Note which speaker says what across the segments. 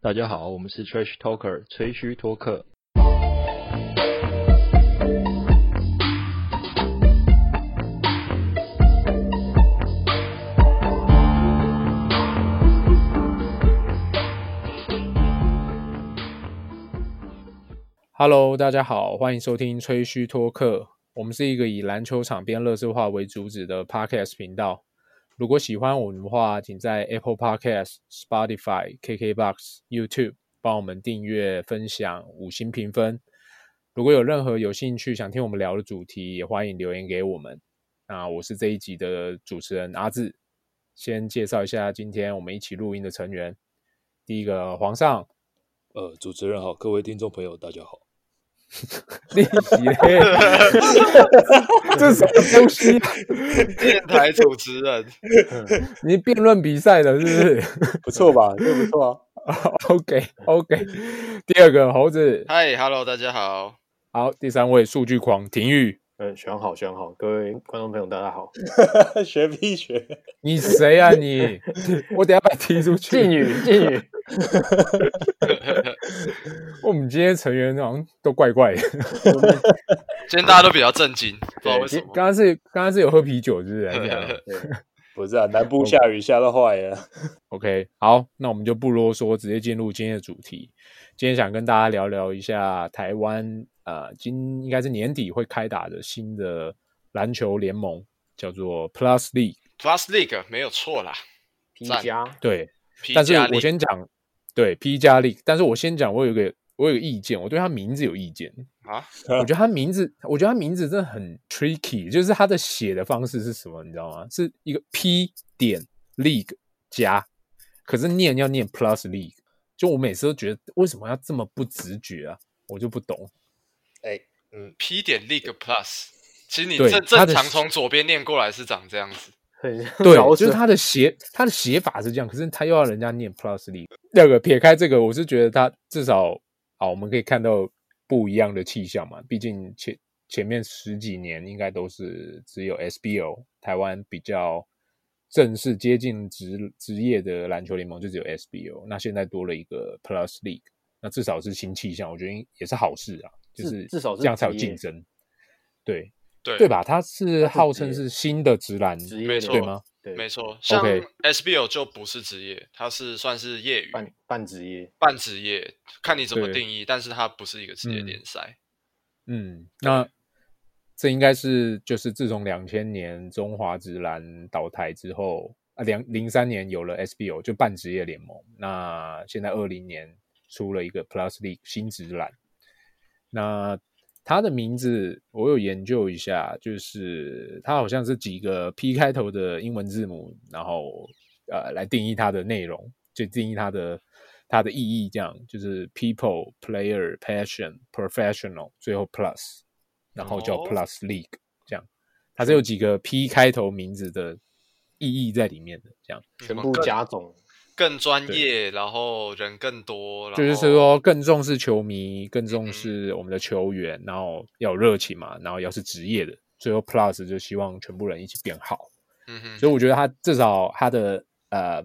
Speaker 1: 大家好，我们是 Trash Talker 吹嘘托客。
Speaker 2: Hello，大家好，欢迎收听吹嘘托客。我们是一个以篮球场边乐色化为主旨的 Podcast 频道。如果喜欢我们的话，请在 Apple Podcast、Spotify、KKBox、YouTube 帮我们订阅、分享、五星评分。如果有任何有兴趣想听我们聊的主题，也欢迎留言给我们。那我是这一集的主持人阿志，先介绍一下今天我们一起录音的成员。第一个皇上，
Speaker 3: 呃，主持人好，各位听众朋友，大家好。
Speaker 2: 练习嘞，这什么东西啊？
Speaker 4: 电台主持人，
Speaker 2: 你辩论比赛的是不是
Speaker 3: 不错吧？这不错啊。
Speaker 2: ？OK OK。第二个猴子，
Speaker 4: 嗨，Hello，大家好，
Speaker 2: 好，第三位数据狂廷玉，
Speaker 5: 嗯，选好选好，各位观众朋友，大家好。
Speaker 3: 学必学，
Speaker 2: 你谁啊你？ 我等一下把你踢出去。
Speaker 5: 敬语敬语，
Speaker 2: 我们今天成员好像都怪怪的。
Speaker 4: 今天大家都比较震惊，不知道为什么。
Speaker 2: 刚刚是刚刚是有喝啤酒，是不是？
Speaker 1: 哎
Speaker 2: 还是怎样
Speaker 3: 不是啊，南部下雨下到坏了。
Speaker 2: OK，好，那我们就不啰嗦，直接进入今天的主题。今天想跟大家聊聊一下台湾，呃，今应该是年底会开打的新的篮球联盟，叫做 Plus League。
Speaker 4: Plus League 没有错啦，
Speaker 5: 皮
Speaker 4: 赞
Speaker 5: 夹
Speaker 2: 对，
Speaker 4: 皮
Speaker 2: 但是
Speaker 4: 加
Speaker 2: 我
Speaker 4: 力
Speaker 2: 先讲，对 P 加 League，但是我先讲，我有一个我有一个意见，我对他名字有意见。
Speaker 4: 啊，
Speaker 2: 我觉得他名字，我觉得他名字真的很 tricky，就是他的写的方式是什么，你知道吗？是一个 P 点 League 加，可是念要念 Plus League，就我每次都觉得为什么要这么不直觉啊？我就不懂。
Speaker 4: 嗯 P 点 League Plus，其实你
Speaker 2: 对
Speaker 4: 正
Speaker 2: 它
Speaker 4: 正
Speaker 2: 的
Speaker 4: 常
Speaker 2: 是
Speaker 4: 从左边念过来是长这样子，
Speaker 5: 很像
Speaker 2: 对，
Speaker 5: 饶
Speaker 2: 就
Speaker 5: 舌
Speaker 2: 是他的写他的写法是这样，可是他又要人家念 Plus League。第二个撇开这个，我是觉得他至少啊，我们可以看到不一样的气象嘛。毕竟前前面十几年应该都是只有 SBO 台湾比较正式接近职职业的篮球联盟，就只有 SBO。那现在多了一个 Plus League，那至少是新气象，我觉得也是好事啊，就
Speaker 5: 至
Speaker 2: 是
Speaker 5: 至少是
Speaker 2: 这样才有
Speaker 5: 职业
Speaker 2: 竞争，对
Speaker 4: 对
Speaker 2: 对？吧？它是
Speaker 5: 它是
Speaker 2: 号
Speaker 5: 职
Speaker 2: 称
Speaker 5: 业
Speaker 2: 是新的直男，
Speaker 5: 职业
Speaker 4: 没
Speaker 5: 的
Speaker 4: 错
Speaker 2: 对吗？
Speaker 5: 对，
Speaker 4: 没错，像 SBO 就不是职业，它是算是业余
Speaker 5: 半半职
Speaker 6: 嗯
Speaker 5: 业，
Speaker 4: 半职业，看你怎么
Speaker 2: 对
Speaker 4: 定义，但是它不是一个职业
Speaker 2: 嗯
Speaker 4: 联赛。
Speaker 2: 嗯，那这应该是就是自从两千年中华职篮倒台之后啊，两零三年有了 SBO 就半职业联盟，那现在二零年出了一个 Plus League 新职篮，那它的名字我有研究一下，就是它好像是几个 P 开头的英文字母，然后呃来定义它的内容，就定义它的它的意义，这样就是 people, player, passion, professional，最后 plus，然后叫
Speaker 4: 哦
Speaker 2: plus league，、这样它是有几个 P 开头名字的意义在里面的，这样
Speaker 5: 全
Speaker 4: 嗯
Speaker 5: 部
Speaker 4: 更
Speaker 5: 加总，
Speaker 4: 更专业，然后人更多，然
Speaker 2: 就是
Speaker 4: 后
Speaker 2: 说更重视球迷，更
Speaker 4: 哦嗯
Speaker 2: 重视我们的球员，然后要有热情嘛，然后要是职业的，最后 plus 就希望全部人一起变好。
Speaker 4: 嗯哼，
Speaker 2: 所以我觉得他至少他的呃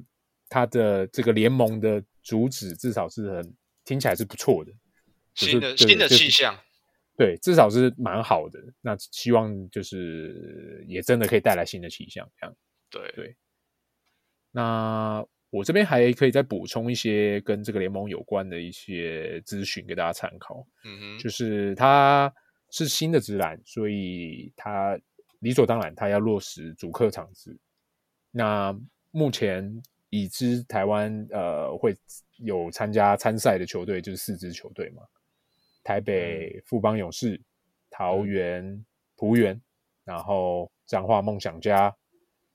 Speaker 2: 他的这个联盟的主旨至少是很听起来是不错的，就是
Speaker 4: 新的
Speaker 2: 对
Speaker 4: 新的
Speaker 2: 就是
Speaker 4: 气象，
Speaker 2: 对，至少是蛮好的。那希望就是也真的可以带来新的气象这样。
Speaker 4: 对
Speaker 2: 对那我这边还可以再补充一些跟这个联盟有关的一些资讯给大家参考。
Speaker 4: 嗯哼，
Speaker 2: 就是它是新的职篮，所以它理所当然它要落实主客场制。那目前已知台湾呃会有参加参赛的球队就是四支球队嘛，台北富邦勇士、桃园璞园，然后彰化梦想家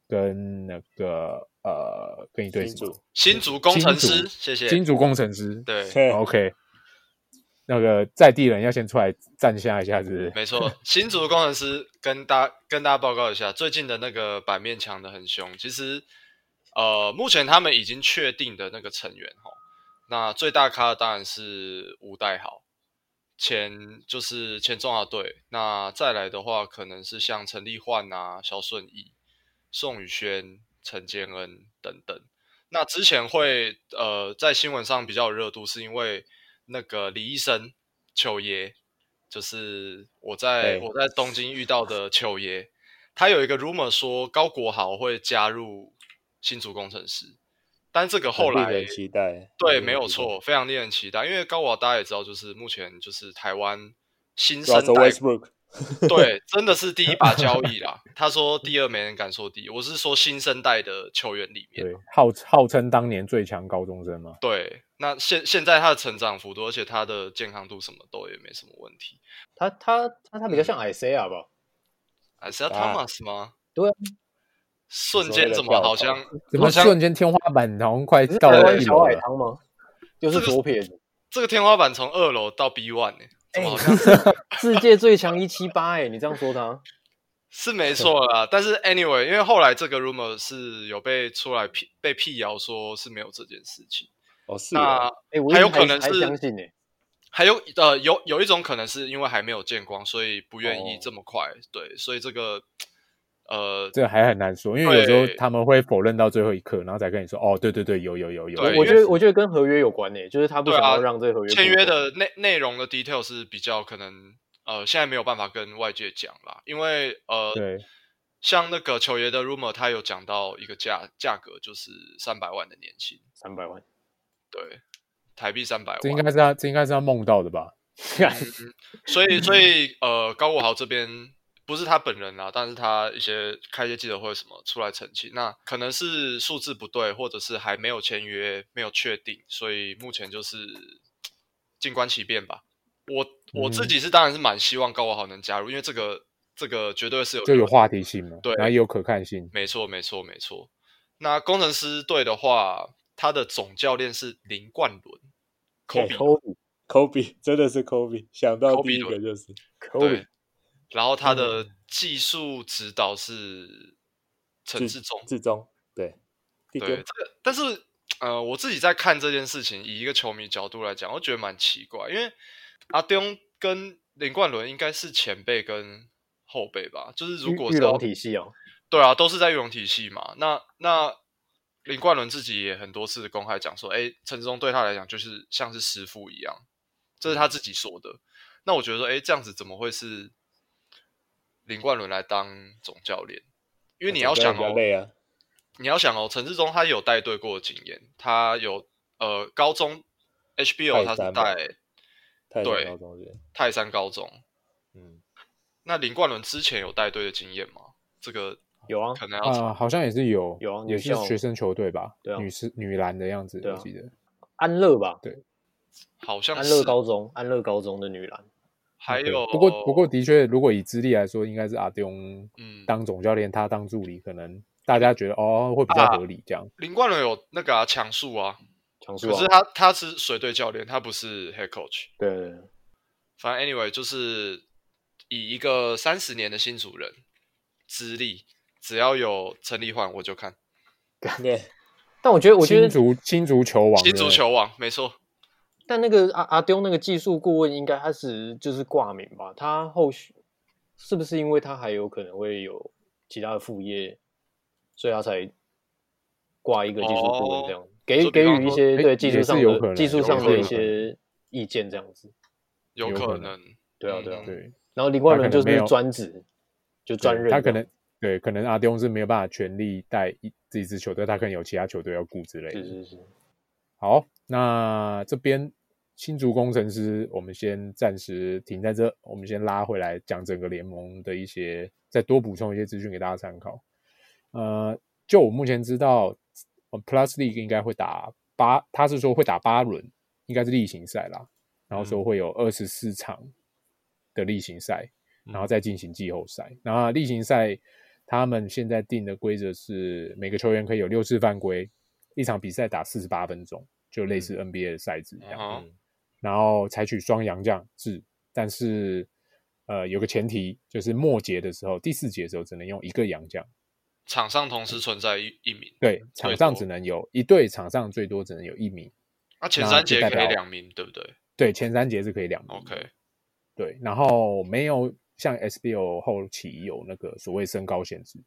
Speaker 2: 跟那个呃跟一队
Speaker 3: 新
Speaker 2: 什么
Speaker 3: 竹
Speaker 4: 新竹工程
Speaker 2: 新
Speaker 4: 师，
Speaker 2: 竹
Speaker 4: 谢谢，
Speaker 2: 新竹工程师，
Speaker 4: 对，
Speaker 3: 哦
Speaker 2: OK，那个在地人要先出来站下一下，是不
Speaker 6: 嗯
Speaker 2: 是？
Speaker 4: 没错，新竹工程师跟大跟大家报告一下，最近的那个版面抢的很凶。其实，呃，目前他们已经确定的那个成员哈，那最大咖的当然是吴代豪，前就是前中华队。那再来的话，可能是像陈立焕啊、肖顺义、宋宇轩、陈建恩等等。
Speaker 6: 那之前会呃在新闻上比较有热度，是因为那个李医生秋爷，就是我在
Speaker 2: 对
Speaker 6: 我在东京遇到的秋爷，他有一个 rumor 说高国豪会加入新竹工程师，但这个后
Speaker 3: 很令
Speaker 6: 来
Speaker 3: 人期待，很令
Speaker 6: 对
Speaker 3: 人
Speaker 6: 没有
Speaker 3: 期待。
Speaker 6: 错，非常令人期待，因为高国豪大家也知道，就是目前就是台湾新生
Speaker 3: Russell
Speaker 6: 代
Speaker 3: Westbrook
Speaker 6: 对，真的是第一把交易 啦。他说第二没人敢说第一，我是说新生代的球员里面
Speaker 2: 对，，号号称当年最强高中生嘛，
Speaker 6: 对，那现现在他的成长幅度，而且他的健康度什么都也没什么问题。
Speaker 5: 他他他他比较像 Isaiah 吧？
Speaker 6: 啊，是要
Speaker 3: 啊
Speaker 6: Thomas 吗？
Speaker 5: 对啊
Speaker 6: 瞬
Speaker 3: 所谓
Speaker 6: 间
Speaker 3: 的
Speaker 6: 怎么
Speaker 3: 跳
Speaker 6: 好
Speaker 3: 投
Speaker 6: 像
Speaker 2: 怎
Speaker 6: 好
Speaker 2: 么
Speaker 6: 像
Speaker 2: 瞬间天花板好像快
Speaker 5: 你是
Speaker 2: 到
Speaker 5: 台
Speaker 2: 了
Speaker 5: 湾
Speaker 2: 一
Speaker 5: 小
Speaker 2: 楼
Speaker 5: 海
Speaker 2: 了？
Speaker 5: 棠吗？又是左 撇子，
Speaker 6: 这个天花板从二楼到 B one 呢、怎
Speaker 5: 哎
Speaker 6: 么好像、
Speaker 5: 世界最强一七八哎，你这样说他，
Speaker 6: 是没错啦？但是哎 anyway，因为后来这个 rumor 是有被出来辟被辟谣说是没有这件事情。
Speaker 3: 哦是
Speaker 6: 那
Speaker 3: 啊，
Speaker 5: 哎，我一直
Speaker 6: 还有可能
Speaker 5: 还
Speaker 6: 是
Speaker 5: 相信哎，
Speaker 6: 还有呃，有有一种可能是因为还没有见光，所以不愿意
Speaker 5: 哦
Speaker 6: 这么快。对，所以这个呃，
Speaker 2: 这还很难说，因为有时候
Speaker 6: 对
Speaker 2: 他们会否认到最后一刻，然后才跟你说，哦，对对对，有有有有。
Speaker 6: 对
Speaker 5: 我
Speaker 6: 因
Speaker 5: 觉得我觉得跟合约有关哎，就是他不
Speaker 6: 对
Speaker 5: 想
Speaker 6: 啊
Speaker 5: 要让这个合约
Speaker 6: 签
Speaker 5: 过
Speaker 6: 约
Speaker 5: 期
Speaker 6: 的内内容的 detail 是比较可能呃，现在没有办法跟外界讲啦，因为呃，
Speaker 2: 对，
Speaker 6: 像那个球爷的 rumor，他有讲到一个价价格就是三百万的年薪，
Speaker 5: 三百万，
Speaker 6: 对，台币三百万，
Speaker 2: 这应该是他，这应该是他梦到的吧？
Speaker 6: 所以，所以呃，高国豪这边不是他本人啦、但是他一些开一些记者会什么出来澄清，那可能是数字不对，或者是还没有签约，没有确定，所以目前就是静观其变吧。我我
Speaker 2: 嗯
Speaker 6: 自己是当然是蛮希望高国豪能加入，因为这个这个绝对是有
Speaker 2: 就有话题性嘛，
Speaker 6: 对
Speaker 2: 然后也有可看性。
Speaker 6: 没错，没错，没错。那工程师队的话，他的总教练是林冠伦
Speaker 5: 哎
Speaker 6: ，Kobe
Speaker 5: Kobe
Speaker 3: Kobe 真的是 Kobe，想到
Speaker 6: Kobe
Speaker 3: 第一个
Speaker 6: 伦
Speaker 3: 就是
Speaker 6: 对
Speaker 3: 哦
Speaker 5: Kobe，
Speaker 6: 然后他的技术指导是陈
Speaker 3: 志
Speaker 6: 志忠，
Speaker 3: 志忠，对，弟
Speaker 6: 对
Speaker 3: 弟
Speaker 6: 这个，但是呃，我自己在看这件事情，以一个球迷角度来讲，我觉得蛮奇怪，因为阿东跟林冠伦应该是前辈跟后辈吧，就是如果
Speaker 5: 玉玉
Speaker 6: 是要
Speaker 5: 龙体系哦，
Speaker 6: 对啊，都是在玉龙体系嘛。那那林冠伦自己也很多次公开讲说，哎，陈志忠对他来讲就是像是师傅一样，这
Speaker 3: 嗯
Speaker 6: 是他自己说的。那我觉得说，哎，这样子怎么会是林冠伦来当总教练？因为你要想
Speaker 3: 比较
Speaker 6: 哦，
Speaker 3: 累啊，
Speaker 6: 你要想哦，陈志忠他有带队过的经验，他有呃高中 HBO 他
Speaker 3: 泰
Speaker 6: 是
Speaker 3: 山吧
Speaker 6: 带
Speaker 3: 太
Speaker 6: 对
Speaker 3: 高中人，
Speaker 6: 泰山高中，
Speaker 3: 嗯，
Speaker 6: 那林冠伦之前有带队的经验吗？这个
Speaker 5: 有啊，
Speaker 6: 可能要
Speaker 2: 啊，好像也是有，
Speaker 5: 有啊
Speaker 2: 也
Speaker 5: 女
Speaker 2: 是
Speaker 5: 校
Speaker 2: 学生球队吧？
Speaker 5: 对啊
Speaker 2: 女是女篮的样子，
Speaker 5: 对啊
Speaker 2: 我记得。
Speaker 5: 安乐吧，
Speaker 6: 好像
Speaker 5: 安
Speaker 6: 是
Speaker 5: 乐高中，安乐高中的女篮，
Speaker 6: 还
Speaker 2: 哦对
Speaker 6: 有
Speaker 2: 不过不过的确，如果以资历来说，应该是阿东
Speaker 6: 哦嗯，
Speaker 2: 当总教练，他当助理，可能大家觉得哦会比较
Speaker 6: 啊
Speaker 2: 合理这样。
Speaker 6: 林冠伦有那个啊强速啊，
Speaker 5: 强
Speaker 2: 哦
Speaker 5: 叔
Speaker 6: 可
Speaker 5: 啊
Speaker 6: 是，他他是随队教练，他不是 head coach。
Speaker 5: 对对对
Speaker 6: 反正 anyway 就是以一个三十年的新主人资历，只要有陈立焕我就看
Speaker 3: 对，
Speaker 5: 但我觉得我觉
Speaker 2: 新
Speaker 5: 得，
Speaker 2: 足新足球王，
Speaker 6: 新足球王，没错。
Speaker 5: 但那个阿阿丢那个技术顾问应该他是就是挂名吧，他后续是不是因为他还有可能会有其他的副业，所以他才挂一个技术顾问这样，给
Speaker 6: 哦就比
Speaker 5: 给
Speaker 6: 方
Speaker 5: 予一
Speaker 6: 说
Speaker 5: 些
Speaker 2: 哎
Speaker 5: 对技术
Speaker 2: 也是
Speaker 5: 上
Speaker 2: 有可
Speaker 5: 的
Speaker 2: 能
Speaker 5: 技术
Speaker 2: 有
Speaker 5: 上
Speaker 6: 可
Speaker 5: 的一
Speaker 6: 能
Speaker 5: 些意见这样子，
Speaker 6: 有
Speaker 2: 有
Speaker 6: 可
Speaker 2: 可
Speaker 6: 能，
Speaker 5: 对啊
Speaker 6: 嗯
Speaker 5: 对啊，
Speaker 2: 对对，
Speaker 5: 然后林冠
Speaker 2: 他
Speaker 5: 伦
Speaker 2: 可能
Speaker 5: 就
Speaker 2: 没
Speaker 5: 是
Speaker 2: 有
Speaker 5: 专职就专任这
Speaker 2: 他
Speaker 5: 样，
Speaker 2: 可能对，可能阿东是没有办法全力带一这一支球队，他可能有其他球队要顾之类的。
Speaker 5: 是是是，
Speaker 2: 好，那这边新竹工程师，我们先暂时停在这，我们先拉回来讲整个联盟的一些，再多补充一些资讯给大家参考。呃，就我目前知道呃，Plus League 应该会打八，他是说会打八轮，应该是例行赛啦，然后
Speaker 6: 嗯
Speaker 2: 说会有二十四场的例行赛，然后
Speaker 6: 嗯
Speaker 2: 再进行季后赛。那例行赛他们现在定的规则是每个球员可以有六次犯规，一场比赛打四十八分钟，就类似 NBA 的赛制一样。
Speaker 6: 嗯
Speaker 3: 嗯
Speaker 2: 然后采取双阳将制，但是呃有个前提就是末节的时候，第四节的时候只能用一个阳将，
Speaker 6: 场上同时存在一一名，
Speaker 2: 对，
Speaker 6: 最
Speaker 2: 场
Speaker 6: 多
Speaker 2: 上只能有一队，场上最多只能有一名。
Speaker 6: 那啊前
Speaker 2: 那
Speaker 6: 三
Speaker 2: 就
Speaker 6: 节
Speaker 2: 代
Speaker 6: 可以
Speaker 2: 表
Speaker 6: 两名，对不对
Speaker 2: 对，前三节是可以两名的。
Speaker 6: ？OK，
Speaker 2: 对，然后没有像 SBO 后期有那个所谓身高限制，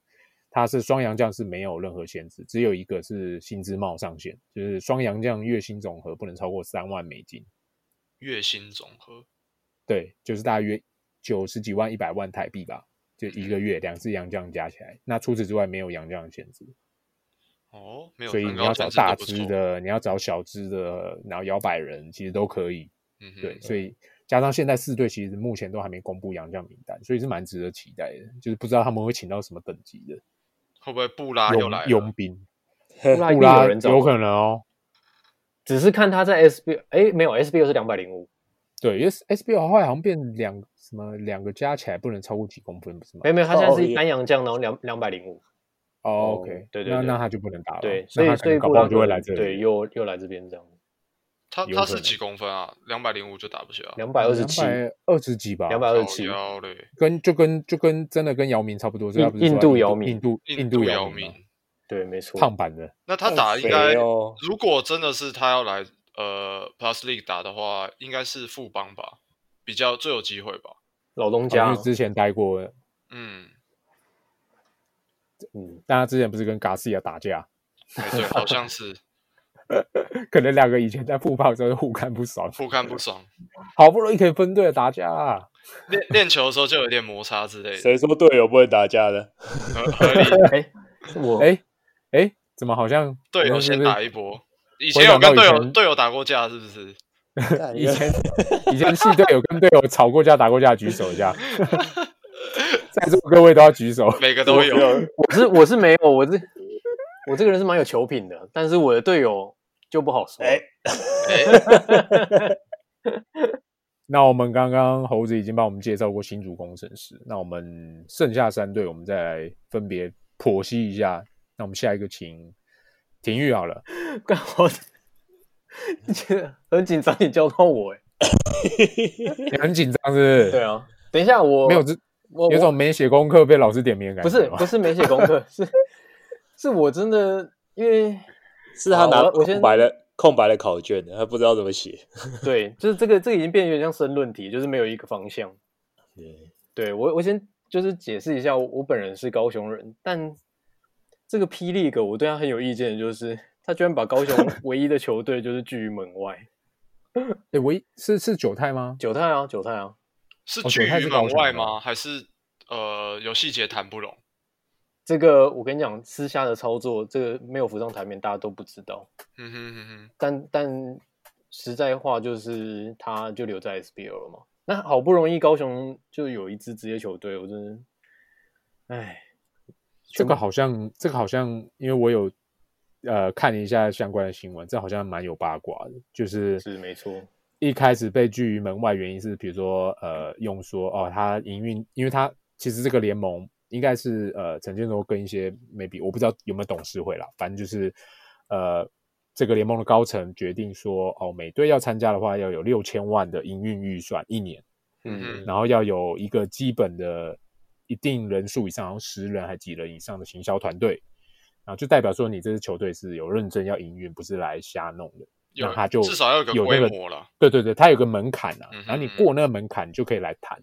Speaker 2: 它是双阳将是没有任何限制，只有一个是薪资帽上限，就是双阳将月薪总和不能超过三万美金，
Speaker 6: 月薪总和
Speaker 2: 对，就是大约九十几万、一百万台币吧，就一个月两只洋将加起来。那除此之外没有洋将的限制，
Speaker 6: 哦，没有，
Speaker 2: 所以
Speaker 6: 蛮
Speaker 2: 你
Speaker 6: 高
Speaker 2: 要
Speaker 6: 层
Speaker 2: 找
Speaker 6: 次
Speaker 2: 大
Speaker 6: 不
Speaker 2: 只
Speaker 6: 错，
Speaker 2: 的，你要找小只的，然后摇摆人其实都可以。
Speaker 6: 嗯哼，
Speaker 2: 对，所以加上现在四队其实目前都还没公布洋将名单，所以是蛮值得期待的。就是不知道他们会请到什么等级的
Speaker 6: 会不会布拉啊又来
Speaker 2: 佣
Speaker 6: 了？
Speaker 2: 佣兵，
Speaker 5: 布拉 一
Speaker 2: 布
Speaker 5: 定有
Speaker 2: 拉
Speaker 5: 人找，啊
Speaker 2: 有可能哦。
Speaker 5: 只是看他在 SBL，哎，没有 SBL 是两百零五，
Speaker 2: 对，因为 SBL 后来好像变两什么两个加起来不能超过几公分，不是吗
Speaker 5: 没有没有，他现在
Speaker 3: 哦
Speaker 5: 是
Speaker 3: 也
Speaker 5: 单阳将，然后两两百零五，
Speaker 2: 哦，OK，
Speaker 5: 对对
Speaker 2: 那
Speaker 5: 对
Speaker 2: 那他就不能打了。
Speaker 5: 对，
Speaker 2: 那
Speaker 5: 所
Speaker 2: 他
Speaker 5: 以
Speaker 2: 可
Speaker 5: 所
Speaker 2: 能
Speaker 5: 以
Speaker 2: 搞
Speaker 5: 布
Speaker 2: 不
Speaker 5: 拉
Speaker 2: 好就会
Speaker 5: 格
Speaker 2: 来这里。哦
Speaker 5: 对，又又来这边这样，
Speaker 6: 他
Speaker 2: 有
Speaker 6: 他
Speaker 2: 可
Speaker 6: 是
Speaker 2: 能
Speaker 6: 几公分啊？两百零五就打不下，
Speaker 5: 两
Speaker 2: 哦
Speaker 5: 百二十七，
Speaker 2: 二十几吧，
Speaker 5: 两百二十七，
Speaker 6: 幺嘞，
Speaker 2: 跟就跟就跟真的跟姚明差不多，所以他不是
Speaker 5: 印
Speaker 2: 说
Speaker 5: 印度
Speaker 2: 他
Speaker 5: 姚明
Speaker 2: 印度
Speaker 6: 印
Speaker 2: 度
Speaker 6: 姚
Speaker 2: 明啊嘛，
Speaker 6: 明。
Speaker 5: 对，没错，
Speaker 2: 胖版的，
Speaker 6: 那他打应
Speaker 3: 很
Speaker 6: 该
Speaker 3: 肥，哦，
Speaker 6: 如果真的是他要来呃 Plus League 打的话，应该是富邦吧，比较最有机会吧。
Speaker 5: 老东
Speaker 2: 因
Speaker 5: 家哦
Speaker 2: 为，之前待过，
Speaker 6: 嗯，
Speaker 5: 嗯，
Speaker 2: 但他之前不是跟 Garcia 打架，
Speaker 6: 哎对，好像是
Speaker 2: 可能两个以前在复胖的时候互看不爽，
Speaker 6: 互看不爽，
Speaker 2: 好不容易可以分队了打架啊，
Speaker 6: 练练球的时候就有点摩擦之类的，
Speaker 3: 谁说队友不会打架的？
Speaker 6: 合合理。
Speaker 5: 哎，我
Speaker 2: 哎哎，怎么好像
Speaker 6: 队友
Speaker 2: 好像
Speaker 6: 先
Speaker 2: 是
Speaker 6: 打一波。以
Speaker 2: 回
Speaker 6: 前有
Speaker 2: 想
Speaker 6: 跟
Speaker 2: 到
Speaker 6: 队
Speaker 2: 以
Speaker 6: 友
Speaker 2: 前
Speaker 6: 队友打过架，是不是？
Speaker 3: 干
Speaker 2: 以前以前系队友跟队友吵过架、打过架，举手一 下，在座各位都要举手。
Speaker 6: 每个都有。
Speaker 5: 我是我是没有，我是我这个人是蛮有球品的，但是我的队友就不好说，
Speaker 3: 哎，
Speaker 6: 哎，
Speaker 2: 那我们刚刚猴子已经帮我们介绍过新竹工程师，那我们剩下三队，我们再来分别剖析一下。那我们下一个请廷玉好了，
Speaker 5: 干我 很紧张，你教到我，哎，
Speaker 2: 你很紧张是不
Speaker 5: 对
Speaker 2: 是？
Speaker 5: 啊，等一下我
Speaker 2: 没有，这
Speaker 5: 我
Speaker 2: 有
Speaker 5: 我
Speaker 2: 种没写功课被老师点名的感
Speaker 5: 不是
Speaker 2: 觉吗。
Speaker 5: 不是没写功 课，是是我真的因为
Speaker 3: 是他拿
Speaker 5: 好我我先
Speaker 3: 空白的空白的考卷，他不知道怎么写。
Speaker 5: 对，就是这个这个已经变得有点像申论题，就是没有一个方向。对我，我先就是解释一下，我我本人是高雄人，但这个霹雳哥我对他很有意见，的就是他居然把高雄唯一的球队就是拒于门外，
Speaker 2: 诶我一是是九泰吗？
Speaker 5: 九泰啊，九泰啊，
Speaker 6: 是
Speaker 2: 哦
Speaker 6: 拒
Speaker 2: 九泰
Speaker 6: 于
Speaker 2: 是高
Speaker 6: 门
Speaker 2: 雄
Speaker 6: 外
Speaker 2: 的
Speaker 6: 吗？还是呃有细节谈不拢？
Speaker 5: 这个我跟你讲，私下的操作，这个没有浮上台面，大家都不知道。
Speaker 6: 嗯哼哼哼，
Speaker 5: 但但实在话就是，他就留在 SBL 了嘛。那好不容易高雄就有一支职业球队，我真的，唉，
Speaker 2: 这
Speaker 5: 全
Speaker 2: 个
Speaker 5: 部
Speaker 2: 好像这个好像，因为我有呃看了一下相关的新闻，这好像蛮有八卦的，就是
Speaker 5: 是没错。
Speaker 2: 一开始被拒于门外，原因是比如说呃，用说哦，他营运，因为他其实这个联盟应该是呃，陈建州跟一些 maybe 我不知道有没有董事会啦，反正就是呃，这个联盟的高层决定说哦，每队要参加的话要有六千万的营运预算一年，
Speaker 6: 嗯
Speaker 5: 嗯，
Speaker 2: 然后要有一个基本的一定人数以上，好像十人还几人以上的行销团队，然后就代表说你这支球队是有认真要营运，不是来瞎弄的。
Speaker 6: 有
Speaker 2: 那他就
Speaker 6: 至少要有个
Speaker 2: 有那
Speaker 6: 规
Speaker 2: 个
Speaker 6: 模了。
Speaker 2: 对对对，它有个门槛啊
Speaker 6: 嗯哼，
Speaker 2: 然后你过那个门槛就可以来谈。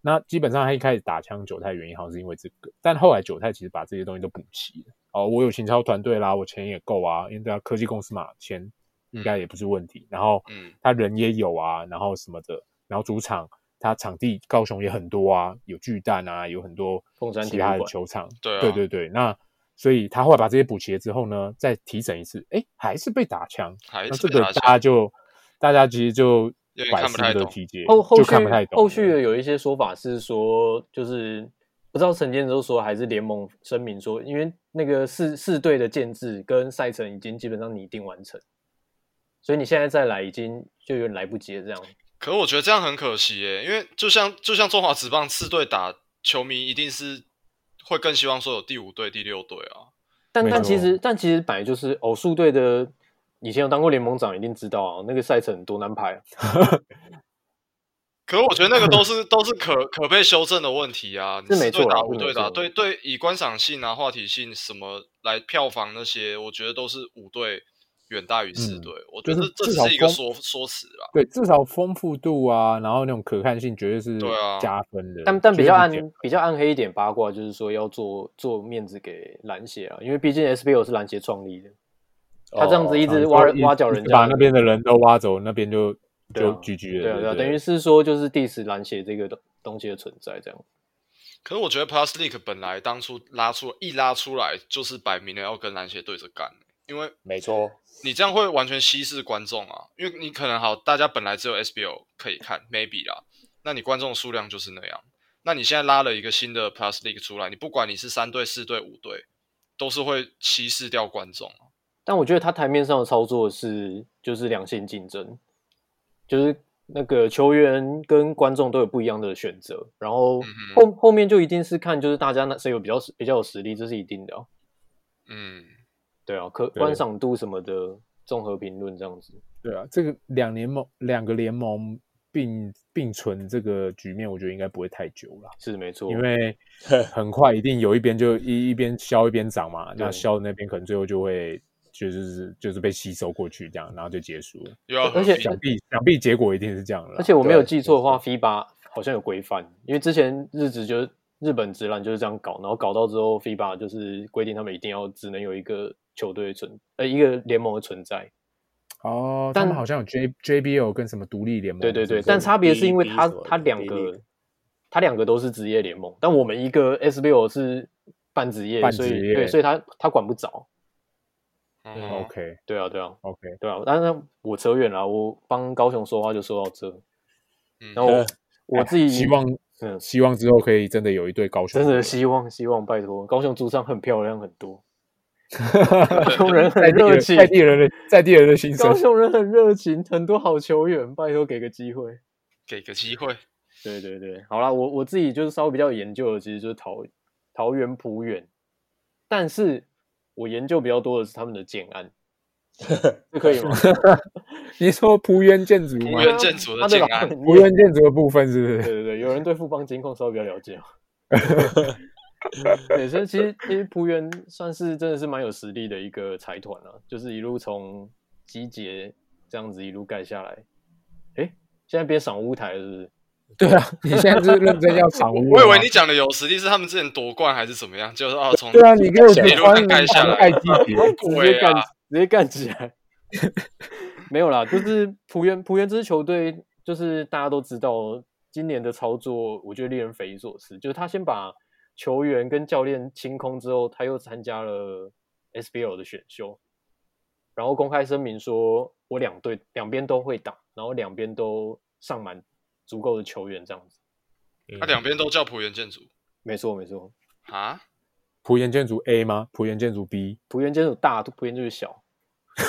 Speaker 2: 那基本上他一开始打枪九泰原因好像是因为这个，但后来九泰其实把这些东西都补齐了。哦，我有行销团队啦，我钱也够啊，因为对啊，科技公司嘛，钱应该也不是问题。然后
Speaker 6: 嗯
Speaker 2: 他人也有啊，然后什么的，然后主场他场地高雄也很多啊，有巨蛋啊，有很多
Speaker 5: 凤山体
Speaker 2: 其
Speaker 5: 育
Speaker 2: 他
Speaker 5: 馆
Speaker 2: 的球场，
Speaker 6: 对啊
Speaker 2: 对对对，那。所以他后来把这些补齐了之后呢，再提审一次，哎，还是被打枪，
Speaker 6: 还
Speaker 2: 那
Speaker 6: 是
Speaker 2: 这
Speaker 6: 被
Speaker 2: 个
Speaker 6: 打
Speaker 2: 大家
Speaker 6: 枪。
Speaker 2: 就大家其实就
Speaker 6: 有点
Speaker 2: 百
Speaker 6: 看不
Speaker 2: 思
Speaker 6: 太
Speaker 2: 的
Speaker 6: 懂
Speaker 2: 体解，
Speaker 5: 后后
Speaker 2: 就
Speaker 5: 续
Speaker 2: 看不太懂了。
Speaker 5: 后续的有一些说法是说，就是不知道陈建州说还是联盟声明说，因为那个四四队的建制跟赛程已经基本上拟定完成，所以你现在再来已经就有点来不及了。这样
Speaker 6: 可是我觉得这样很可惜耶，因为就像就像中华职棒四队打，球迷一定是会更希望说有第五队、第六队啊。
Speaker 5: 但
Speaker 2: 没
Speaker 5: 但其
Speaker 2: 错
Speaker 5: 实但其实本来就是偶数队的，以前有当过联盟长一定知道啊，那个赛程多难排啊。
Speaker 6: 可是我觉得那个都是都是可可被修正的问题啊，你
Speaker 5: 是没
Speaker 6: 四队
Speaker 5: 错啦
Speaker 6: 打
Speaker 5: 是
Speaker 6: 五
Speaker 5: 没
Speaker 6: 队打，
Speaker 5: 错
Speaker 6: 对对，啊以观赏性啊、话题性什么来票房那些，我觉得都是五队远大于四
Speaker 2: 嗯
Speaker 6: 队，我
Speaker 2: 就
Speaker 6: 觉得
Speaker 2: 是
Speaker 6: 这
Speaker 2: 至
Speaker 6: 只
Speaker 2: 少
Speaker 6: 是一个
Speaker 2: 风
Speaker 6: 说说辞啦。
Speaker 2: 对，至少丰富度啊，然后那种可看性绝对是
Speaker 6: 对啊
Speaker 2: 加分的。
Speaker 5: 但但比较暗
Speaker 2: 绝对是
Speaker 5: 比较暗黑一点八卦，就是说要做做面子给篮协啊，因为毕竟 SBO 是篮协创立的，他这样子一
Speaker 2: 加分
Speaker 5: 直
Speaker 2: 的
Speaker 5: 挖
Speaker 2: 啊
Speaker 5: 人
Speaker 2: 你说
Speaker 5: 挖角人
Speaker 2: 你
Speaker 5: 家
Speaker 2: 把那边的人都挖走，那边就
Speaker 5: 对
Speaker 2: 就
Speaker 5: 啊
Speaker 2: GG
Speaker 5: 对
Speaker 2: 了。
Speaker 5: 啊对
Speaker 2: 对
Speaker 5: 啊，
Speaker 2: 不
Speaker 5: 等于是说就是 diss 篮协这个东东西的存在这样。
Speaker 6: 可是我觉得 Plus League 本来当初拉出一拉出来，就是摆明了要跟篮协对着干，因为
Speaker 3: 没错，
Speaker 6: 你这样会完全稀释观众啊，因为你可能好，大家本来只有 SBL 可以看，maybe 啦，那你观众数量就是那样。那你现在拉了一个新的 Plus League 出来，你不管你是三队、四队、五队，都是会稀释掉观众啊。
Speaker 5: 但我觉得他台面上的操作是就是良性竞争，就是那个球员跟观众都有不一样的选择，然后
Speaker 6: 嗯哼
Speaker 5: 后后面就一定是看就是大家那谁有比较比较有实力，这是一定的啊、
Speaker 6: 嗯，
Speaker 5: 对啊，可
Speaker 2: 对
Speaker 5: 观赏度什么的综合评论这样子。
Speaker 2: 对啊，这个两联盟两个联盟并并存这个局面，我觉得应该不会太久了。
Speaker 5: 是没错，
Speaker 2: 因 为很快一定有一边就一一边消一边涨嘛，那
Speaker 5: 对
Speaker 2: 消的那边可能最后就会就是就是被吸收过去这样，然后就结束了。
Speaker 6: 又要
Speaker 5: 而且
Speaker 6: 合并
Speaker 2: 想必想必结果一定是这样了啦。
Speaker 5: 而且我没有记错的哦话
Speaker 2: 对，
Speaker 5: ，FIBA 好像有规范，因为之前日职就是日本职篮就是这样搞，然后搞到之后，FIBA 就是规定他们一定要只能有一个球队存，呃，一个联盟的存在。
Speaker 2: 哦，他
Speaker 5: 但
Speaker 2: 们好像有 J JBL 跟什么独立联盟，
Speaker 5: 对对
Speaker 2: 是
Speaker 5: 对，
Speaker 2: 不是
Speaker 5: 但差别哦是因为
Speaker 3: B- B
Speaker 5: 他
Speaker 3: 什么的
Speaker 5: 他两
Speaker 3: B
Speaker 5: 个
Speaker 3: League
Speaker 5: 他两个都是职业联盟，但我们一个 SBO 是半职业，
Speaker 2: 半
Speaker 5: 所以
Speaker 2: 职业
Speaker 5: 对，所以他他管不着。
Speaker 6: 嗯
Speaker 5: 嗯
Speaker 6: 哼
Speaker 2: OK
Speaker 5: 对啊，对啊，
Speaker 2: OK，
Speaker 5: 对啊。但是我扯远了，我帮高雄说话就说到这，
Speaker 6: 嗯
Speaker 5: 然后我 我自己
Speaker 2: 希望
Speaker 5: 嗯
Speaker 2: 希望之后可以真的有一对高雄
Speaker 5: 真的
Speaker 2: 队
Speaker 5: 希望希望拜托，高雄主场很漂亮很多，高 雄人很
Speaker 2: 在地
Speaker 5: 热
Speaker 2: 人
Speaker 5: 情
Speaker 2: 在，地人的在地人的心声
Speaker 5: 高。雄人很热情，很多好球员，拜托给个机会。
Speaker 6: 给个机会，
Speaker 5: 对对对，好啦，我我自己就是稍微比较有研究的，其实就是桃桃园浦远，但是我研究比较多的是他们的建 案，这可以吗？
Speaker 2: 你说浦原建筑
Speaker 6: 浦
Speaker 2: 吗？
Speaker 6: 原建筑的
Speaker 5: 他的
Speaker 6: 建
Speaker 5: 老
Speaker 6: 安，
Speaker 5: 板
Speaker 2: 浦
Speaker 5: 念
Speaker 2: 原建筑的部分是不是
Speaker 5: 对？对对，有人对富邦金控稍微比较了 解。对，所以其实其实浦原算是真的是蛮有实力的一个财团了、就是一路从集结这样子一路盖下来。诶，现在变赏屋台了是不是？
Speaker 2: 对啊，你现在是认真要赏屋
Speaker 6: 我
Speaker 2: 了
Speaker 6: 以
Speaker 2: 吗
Speaker 6: 为你讲的有实力是他们之前夺冠还是怎么样，就是哦从
Speaker 2: 对啊，你给我
Speaker 6: 一
Speaker 2: 喜
Speaker 6: 路
Speaker 2: 欢
Speaker 6: 盖下来，
Speaker 2: 盖季节，
Speaker 5: 直
Speaker 6: 对
Speaker 5: 接干、
Speaker 6: 啊
Speaker 5: 直接干起来。 没有啦，就是浦原浦原这支球队，就是大家都知道今年的操作，我觉得令人匪夷所思。就是他先把球员跟教练清空之后，他又参加了 SBL 的选秀，然后公开声明说我两队两边都会打，然后两边都上满足够的球员这样子。
Speaker 6: 他啊两边都叫浦原建筑
Speaker 5: 没错没错，
Speaker 6: 啊，
Speaker 2: 浦原建筑 A 吗？浦原建筑 B？
Speaker 5: 浦原真的大，浦原就是小。
Speaker 6: 所以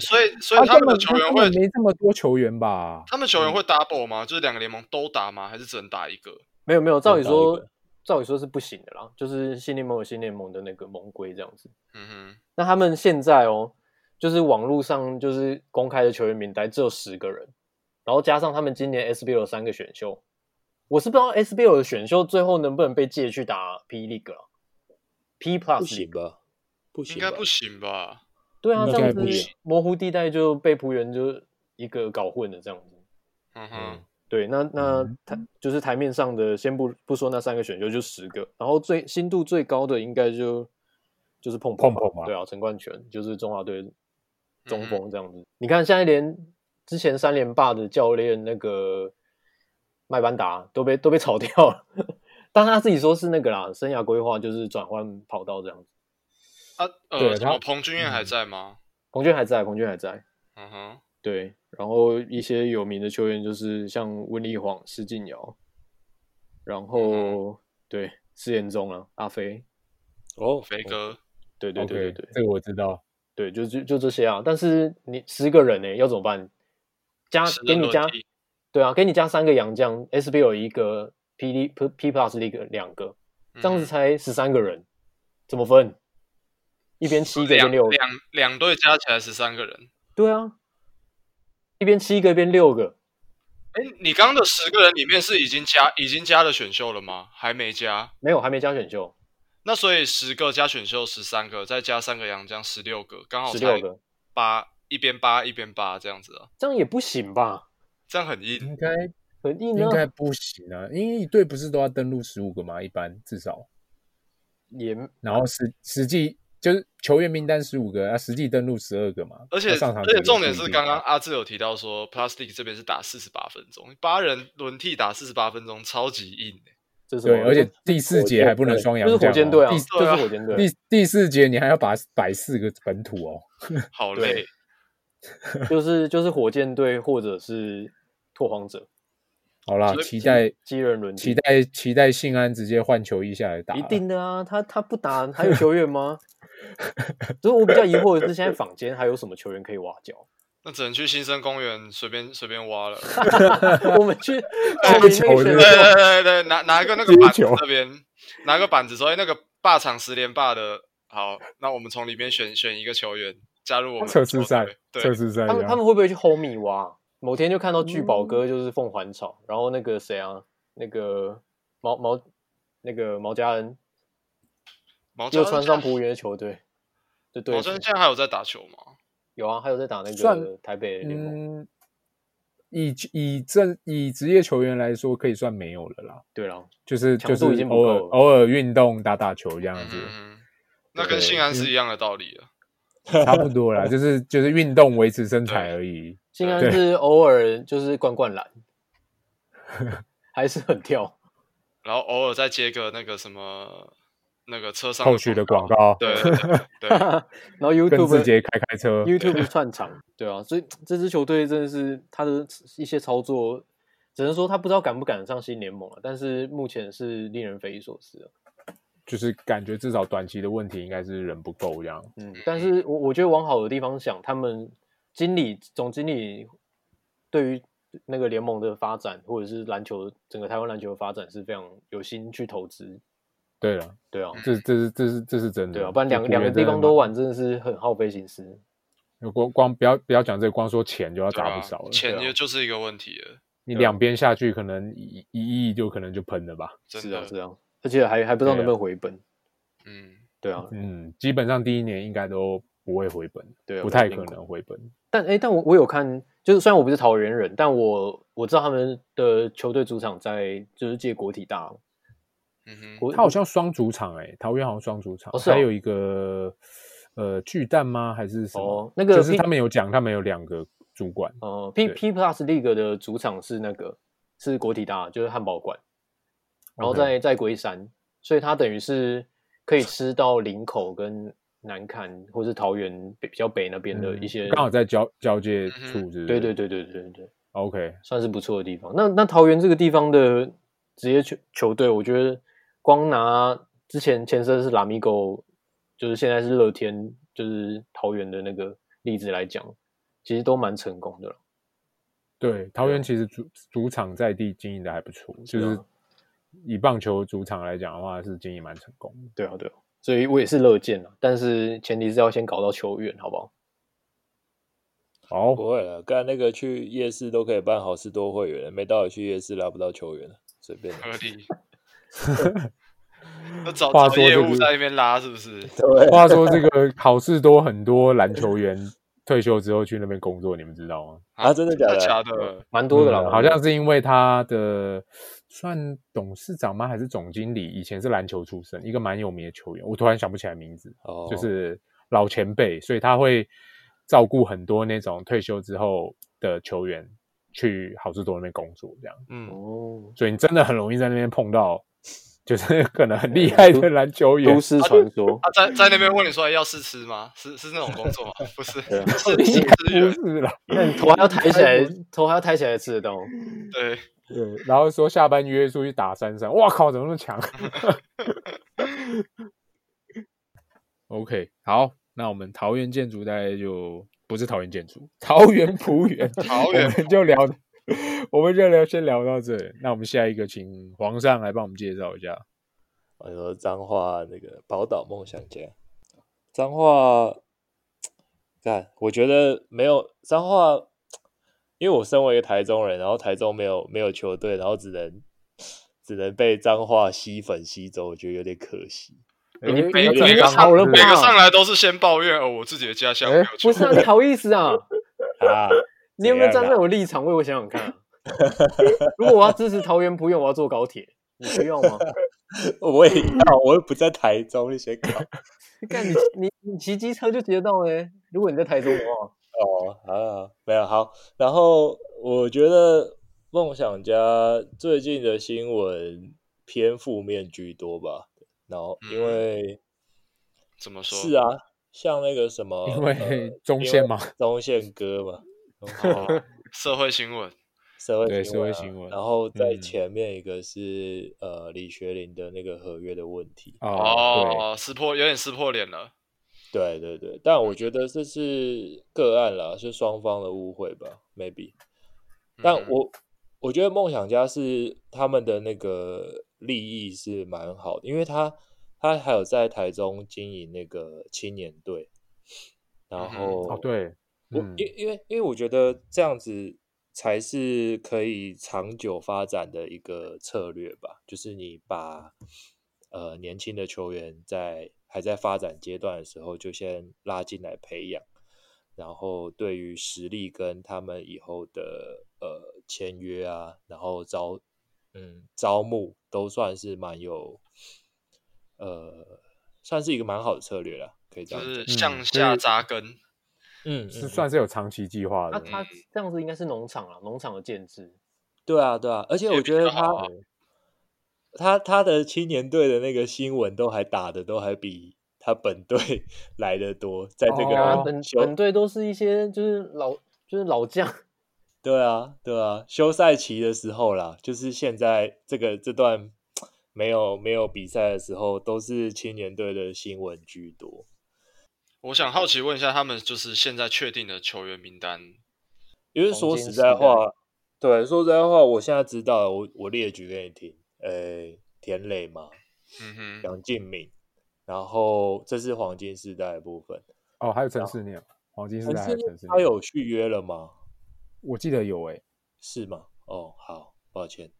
Speaker 6: 所以所以他
Speaker 2: 啊根
Speaker 6: 们的
Speaker 2: 本
Speaker 6: 球
Speaker 2: 他嗯根
Speaker 6: 员会
Speaker 2: 本没这么多球员吧？
Speaker 6: 他们球员会 double 吗？就是两个联盟都打吗？还是只能打一个？
Speaker 5: 没有没有，照理
Speaker 3: 再找一
Speaker 5: 说
Speaker 3: 个，
Speaker 5: 照理说是不行的啦，就是新联盟有新联盟的那个盟规这样子。
Speaker 6: 嗯
Speaker 5: 那他们现在哦，就是网络上就是公开的球员名单只有十个人，然后加上他们今年 SBL 有三个选秀，我是不知道 SBL 的选秀最后能不能被借去打 P League 了，P
Speaker 3: 不
Speaker 5: Plus
Speaker 3: 行
Speaker 5: League
Speaker 3: 吧？不
Speaker 6: 哼，
Speaker 3: 行，
Speaker 6: 应该不。行吧？
Speaker 5: 对啊，
Speaker 2: 应
Speaker 5: 这
Speaker 2: 该
Speaker 5: 样
Speaker 2: 不
Speaker 5: 子
Speaker 2: 行
Speaker 5: 模糊地带就被仆员就一个搞混了这样子。
Speaker 6: 嗯哼，
Speaker 5: 对，那那
Speaker 2: 嗯
Speaker 5: 台就是台面上的，先不不说那三个选秀，就十个，然后最心度最高的应该就就是碰
Speaker 2: 碰
Speaker 5: 吧
Speaker 2: 碰吧
Speaker 5: 对啊，陈冠泉就是中华队中锋这样子。你看现在连之前三连霸的教练那个麦班达都被都被炒掉了， 但他自己说是那个啦，生涯规划就是转换跑道这样子。
Speaker 6: 啊呃，
Speaker 2: 对
Speaker 6: 什
Speaker 2: 他
Speaker 6: 么彭俊彦还在吗？
Speaker 5: 孔雀还在，孔雀还在，
Speaker 6: 嗯哼，
Speaker 5: 对，然后一些有名的球员就是像温丽煌、施晋尧，然
Speaker 6: 嗯
Speaker 5: 后、对施延宗啊、阿飞，
Speaker 3: 哦，
Speaker 6: 飞哥，
Speaker 5: 对对对对
Speaker 2: OK，
Speaker 5: 对
Speaker 2: 这个我知道。
Speaker 5: 对，就就就这些啊。但是你十个人呢、要怎么办？加
Speaker 6: 十人
Speaker 5: 给你
Speaker 6: 轮
Speaker 5: 加
Speaker 6: 替，
Speaker 5: 对啊，给你加三个洋将，SBL 一个，P D P P Plus League 两个，
Speaker 6: 嗯
Speaker 5: 这样子才十三个人，怎么分？一边七
Speaker 6: 嗯
Speaker 5: 个，一边
Speaker 6: 两
Speaker 5: 六个，
Speaker 6: 两两队加起来十三个人。
Speaker 5: 对啊，一边七个，一边六个，
Speaker 6: 哎，你刚刚的十个人里面是已经加已经加了选秀了吗？还没加。
Speaker 5: 没有还没加选秀，
Speaker 6: 那所以十个加选秀十三个，再加三个洋将十六个，刚好
Speaker 5: 十六
Speaker 6: 才
Speaker 5: 个，
Speaker 6: 扒一边扒一边扒这样子啊，
Speaker 5: 这样也不行吧？
Speaker 6: 这样很硬。
Speaker 2: 应该
Speaker 5: 很硬
Speaker 2: 应该
Speaker 5: 啊，
Speaker 2: 不行啊，因为一队不是都要登录十五个吗？一般至少，
Speaker 5: 也
Speaker 2: 然后实实际就是球员名单十五个，啊，实际登录十二个嘛。
Speaker 6: 而且
Speaker 2: 那上场
Speaker 6: 而且
Speaker 2: 时间
Speaker 6: 重点
Speaker 2: 不一
Speaker 6: 是，
Speaker 2: 定
Speaker 6: 刚刚
Speaker 2: 啊
Speaker 6: 阿志有提到说，Plastic 这边是打四十八分钟，八人轮替打四十八分钟，超级硬、欸、
Speaker 5: 这是什么
Speaker 2: 对，而且第四节还不能双阳
Speaker 5: 就是
Speaker 2: 这
Speaker 5: 火
Speaker 2: 样
Speaker 5: 箭
Speaker 2: 哦
Speaker 5: 队啊，
Speaker 2: 第
Speaker 6: 对啊
Speaker 5: 就是火箭队啊。
Speaker 2: 第第四节你还要把摆四个本土哦，
Speaker 6: 好
Speaker 5: 对
Speaker 6: 累。
Speaker 5: 就是就是火箭队或者是拓荒者，
Speaker 2: 好啦，
Speaker 6: 所以
Speaker 2: 期待
Speaker 5: 基人轮替
Speaker 2: 期待期待信安直接换球衣下来打，
Speaker 5: 一定的啊，他他不打还有球员吗？ 所以我比较疑惑的是，现在坊间还有什么球员可以挖角？
Speaker 6: 那只能去新生公园随便随便 挖了。
Speaker 5: 我们去
Speaker 2: 追求
Speaker 5: 的
Speaker 2: 是
Speaker 6: 对
Speaker 2: 不是
Speaker 6: 对对对，拿拿一个那个
Speaker 2: 接
Speaker 6: 板子
Speaker 2: 球
Speaker 6: 那边，拿个板子说，哎，那个霸场十连霸的，好，那我们从里面选选一个球员加入我们
Speaker 2: 测试赛
Speaker 6: 球队，
Speaker 2: 测
Speaker 6: 对，
Speaker 2: 试赛
Speaker 5: 他
Speaker 2: 这
Speaker 5: 们
Speaker 2: 样
Speaker 5: 他们会不会去 Homie 挖？某天就看到聚宝
Speaker 2: 嗯
Speaker 5: 哥就是凤凰草，然后那个谁啊，那个毛毛那个毛家恩
Speaker 6: 毛
Speaker 5: 又穿
Speaker 6: 川
Speaker 5: 上浦原球队，对对
Speaker 6: 毛，川现在还有在打球吗？
Speaker 5: 有啊，还有在打那个
Speaker 2: 算
Speaker 5: 台北联盟，
Speaker 2: 嗯，以以正以职业球员来说，可以算没有了啦，
Speaker 5: 对啦，
Speaker 2: 就是
Speaker 5: 强度
Speaker 2: 就是
Speaker 5: 已经不
Speaker 2: 偶尔
Speaker 5: 够了
Speaker 2: 偶尔运动打打球这样子，嗯
Speaker 6: 嗯，那跟信安是一样的道理啊。
Speaker 5: 嗯
Speaker 2: 差不多啦，就是就是运动维持身材
Speaker 6: 对
Speaker 2: 而已。
Speaker 5: 竟然
Speaker 2: 对
Speaker 5: 是偶尔就是灌灌篮， 还是很跳。
Speaker 6: 然后偶尔再接个那个什么那个车上
Speaker 2: 后续的广，告，
Speaker 6: 对对 对 对，
Speaker 5: 然后
Speaker 2: 跟字
Speaker 5: YouTube
Speaker 2: 节开开车，
Speaker 5: YouTube 串场，对啊，所以这支球队真的是他的一些操作，只能说他不知道赶不赶得上新联盟了、但是目前是令人匪夷所思啊的。
Speaker 2: 就是感觉至少短期的问题应该是人不够这样。
Speaker 5: 嗯，但是我我觉得往好的地方想，他们经理总经理对于那个联盟的发展，或者是篮球整个台湾篮球的发展是非常有心去投资，
Speaker 2: 对了，
Speaker 5: 对啊，
Speaker 2: 这这是这是这是真的，
Speaker 5: 对啊，不然两
Speaker 2: 就
Speaker 5: 两个
Speaker 2: 嗯觉得
Speaker 5: 地方都
Speaker 2: 嘛。
Speaker 5: 玩真的是很耗费心思。
Speaker 2: 光光不要不要讲这个，光说钱就要
Speaker 6: 对
Speaker 2: 砸
Speaker 6: 啊
Speaker 2: 不少了。
Speaker 6: 钱
Speaker 2: 对啊
Speaker 6: 就就是一个问题了，
Speaker 2: 你
Speaker 5: 啊
Speaker 2: 两边下去，可能一一亿就可能就喷了吧。
Speaker 6: 真
Speaker 5: 是啊，
Speaker 6: 的
Speaker 5: 是，啊，而且还还不知道
Speaker 2: 对啊
Speaker 5: 能不能回本。
Speaker 6: 嗯，
Speaker 5: 对啊，
Speaker 2: 嗯，基本上第一年应该都不会回本，
Speaker 5: 对啊
Speaker 2: 不太可能回本。
Speaker 5: 但哎，但我我有看，就是虽然我不是桃园人，但我我知道他们的球队主场在就是借国体大，
Speaker 6: 嗯哼，
Speaker 5: 国
Speaker 2: 他好像双主场哎、桃园好像双主场，
Speaker 5: 哦是哦
Speaker 2: 还有一个呃巨蛋吗？还是什么？
Speaker 5: 哦那个
Speaker 2: 就是
Speaker 5: 屁
Speaker 2: 他们有讲，他们有两个主管。
Speaker 5: 呃
Speaker 2: 哦对
Speaker 5: P P Plus League 的主场是那个是国体大，就是汉堡馆，然后
Speaker 2: OK
Speaker 5: 在在龟山，所以它等于是可以吃到林口跟南坎或是桃园北比较北那边的一些，
Speaker 2: 嗯
Speaker 5: 嗯
Speaker 2: 刚好在交交界处，是不是？
Speaker 5: 对对对对对对。
Speaker 2: ，OK，
Speaker 5: 算是不错的地方。那那桃园这个地方的职业球球队，我觉得光拿之前前身是拉米狗，就是现在是乐天，就是桃园的那个例子来讲，其实都蛮成功的了。
Speaker 2: 对，桃园其实主主场在地经营的还不错，就是以棒球主场来讲的话，是经营蛮成功的。
Speaker 5: 对啊，对啊，所以我也是乐见了，但是前提是要先搞到球员，好不好？
Speaker 2: 好，
Speaker 3: 不会了，干那个去夜市都可以办好事多会员了，没道理去夜市拉不到球员了，随便 的。
Speaker 6: 合理。那找
Speaker 2: 话
Speaker 6: 找
Speaker 2: 说
Speaker 6: 业
Speaker 2: 这
Speaker 6: 务
Speaker 2: 个
Speaker 6: 在那边拉是不是？
Speaker 3: 对，
Speaker 2: 话说这个好事多很多篮球员退休之后去那边工作，你们知道吗？
Speaker 3: 啊真的假的
Speaker 6: 假的？
Speaker 5: 蛮多的啦，
Speaker 2: 嗯
Speaker 5: 蛮
Speaker 2: 好
Speaker 5: 多的
Speaker 2: 像是因为他的算董事长吗？还是总经理？以前是篮球出身，一个蛮有名的球员，我突然想不起来名字，
Speaker 3: 哦
Speaker 2: 就是老前辈，所以他会照顾很多那种退休之后的球员去好事多那边工作，这样，
Speaker 6: 嗯，
Speaker 5: 哦，
Speaker 2: 所以你真的很容易在那边碰到，就是 可能很厉害的篮球员
Speaker 5: 都。市传说，
Speaker 6: 他啊在在那边问你说哎要试吃吗？是是那种工作吗？不是，
Speaker 5: 对啊
Speaker 6: 是
Speaker 2: 应
Speaker 6: 是
Speaker 2: 该
Speaker 6: 职员。
Speaker 2: 不是啦，
Speaker 5: 那你头还要抬起来，头还要抬起来吃得到。
Speaker 6: 对，
Speaker 2: 对，然后说下班约出去打三三，哇靠，怎么那么强 ？OK，好，那我们桃园建筑大概就不是桃园建筑，桃园浦 园，
Speaker 6: 桃园
Speaker 2: 我们就聊，我们就聊先聊到这里。那我们下一个请皇上来帮我们介绍一下。
Speaker 3: 我说彰化那个宝岛梦想家，彰化，干，我觉得没有彰化，因为我身为一个台中人，然后台中没有没有球队，然后只能只能被彰化吸粉吸走，我觉得有点可惜。
Speaker 2: 哎
Speaker 5: 你你
Speaker 6: 每每
Speaker 5: 整
Speaker 6: 个
Speaker 5: 个
Speaker 6: 上
Speaker 5: 好了吧？
Speaker 2: 啊
Speaker 6: 每个上来都是先抱怨哦，我自己的家乡没
Speaker 5: 哎
Speaker 6: 有，
Speaker 5: 不
Speaker 6: 球
Speaker 5: 是啊，你好意思啊？
Speaker 3: 啊，
Speaker 5: 你有没有
Speaker 3: 怎
Speaker 5: 站
Speaker 3: 样
Speaker 5: 在我立场为我想想看啊、如果我要支持桃园不用，我要坐高铁，你不要吗？
Speaker 3: 我也要，我又不在台中，你写搞
Speaker 5: 干你你你骑机车就骑得到哎、如果你在台中的话，
Speaker 3: 哦，啊，没有好。然后我觉得梦想家最近的新闻偏负面居多吧，然后因
Speaker 6: 嗯
Speaker 3: 为、
Speaker 6: 怎么说？
Speaker 3: 是啊，像那个什么，
Speaker 2: 因
Speaker 3: 呃
Speaker 2: 为中线嘛，
Speaker 3: 中线哥嘛，
Speaker 6: 哦，社会新闻，
Speaker 3: 社会
Speaker 2: 对
Speaker 3: 新
Speaker 2: 社
Speaker 3: 闻
Speaker 2: 会
Speaker 3: 啊
Speaker 2: 新闻
Speaker 3: 然后在
Speaker 2: 嗯
Speaker 3: 前面一个是、呃李学林的那个合约的问题，
Speaker 2: 哦，
Speaker 6: 哦，撕破有点撕破脸了。
Speaker 3: 对对对，但我觉得这是个案啦，是双方的误会吧，maybe。但
Speaker 6: 嗯
Speaker 3: 我我觉得梦想家是他们的那个利益是蛮好的，因为他他还有在台中经营那个青年队，然
Speaker 6: 嗯哼
Speaker 2: 对，
Speaker 3: 后、
Speaker 2: 哦对，
Speaker 3: 我
Speaker 2: 嗯，
Speaker 3: 因因为因为我觉得这样子才是可以长久发展的一个策略吧，就是你把呃年轻的球员在还在发展阶段的时候就先拉进来培养，然后对于实力跟他们以后的呃签约啊，然后招嗯招募都算是蛮有呃算是一个蛮好的策略了，可以这
Speaker 6: 就
Speaker 3: 样讲
Speaker 2: 嗯
Speaker 6: 是，向
Speaker 2: 所
Speaker 6: 下
Speaker 2: 以
Speaker 6: 扎根，
Speaker 3: 嗯，嗯
Speaker 2: 是
Speaker 3: 嗯
Speaker 2: 算是有长期计划
Speaker 5: 那、
Speaker 2: 的，
Speaker 5: 啊他这样子应该是农场了，农场的建制。
Speaker 3: 对啊，对啊，而且
Speaker 6: 也
Speaker 3: 我
Speaker 6: 比
Speaker 3: 觉得
Speaker 6: 较
Speaker 3: 他
Speaker 6: 好啊
Speaker 3: 他他的青年队的那个新闻都还打的都还比他本队 来的多，在这
Speaker 2: 对啊
Speaker 5: 啊，
Speaker 2: 哦
Speaker 3: 个
Speaker 5: 本
Speaker 3: 休、
Speaker 5: 本队都是一些就是老就是老将，
Speaker 3: 对啊对啊休赛期的时候啦，就是现在这个这段没有没有比赛的时候，都是青年队的新闻居多。
Speaker 6: 我想好奇问一下，他们就是现在确定的球员名单，
Speaker 3: 因为
Speaker 5: 黄
Speaker 3: 说
Speaker 5: 金
Speaker 3: 实
Speaker 5: 时
Speaker 3: 在
Speaker 5: 代
Speaker 3: 话，对，说实在话，我现在知道了，我我列举给你听，呃，田磊嘛，
Speaker 6: 嗯哼，
Speaker 3: 杨敬敏，然后这是黄金时代的部分。
Speaker 2: 哦，还有陈世年，黄金时代还有陈世
Speaker 3: 他
Speaker 2: 年，
Speaker 3: 有续约了吗？
Speaker 2: 我记得有欸诶，
Speaker 3: 是吗？哦，好，抱歉，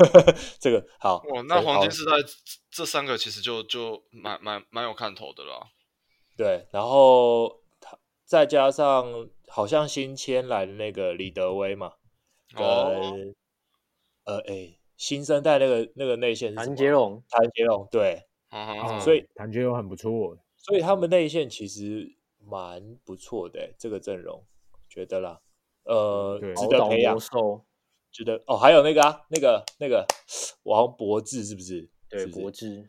Speaker 3: 这个好。
Speaker 6: 哇，哦那
Speaker 3: 这个
Speaker 6: 黄
Speaker 3: 好
Speaker 6: 金时代这这三个其实就就蛮蛮蛮有看头的啦。
Speaker 3: 对，然后他再加上好像新签来的那个李德威嘛，跟、
Speaker 6: 哦，
Speaker 3: 呃哎新生代那个那个内线是什
Speaker 5: 谭
Speaker 3: 么啊
Speaker 5: 杰，龙
Speaker 3: 谭杰龙对，
Speaker 6: 嗯哼
Speaker 2: 哦
Speaker 6: 嗯
Speaker 3: 所以
Speaker 2: 感觉有很不错，
Speaker 3: 所以他们内线其实蛮不错的、这个阵容，觉得啦，呃，
Speaker 2: 对
Speaker 3: 值
Speaker 5: 宝
Speaker 3: 得
Speaker 5: 岛
Speaker 3: 培养
Speaker 5: 魔，兽，
Speaker 3: 值得哦，还有那个啊，那个那个王柏志是不是？
Speaker 5: 对
Speaker 3: 是不是
Speaker 5: 柏芝，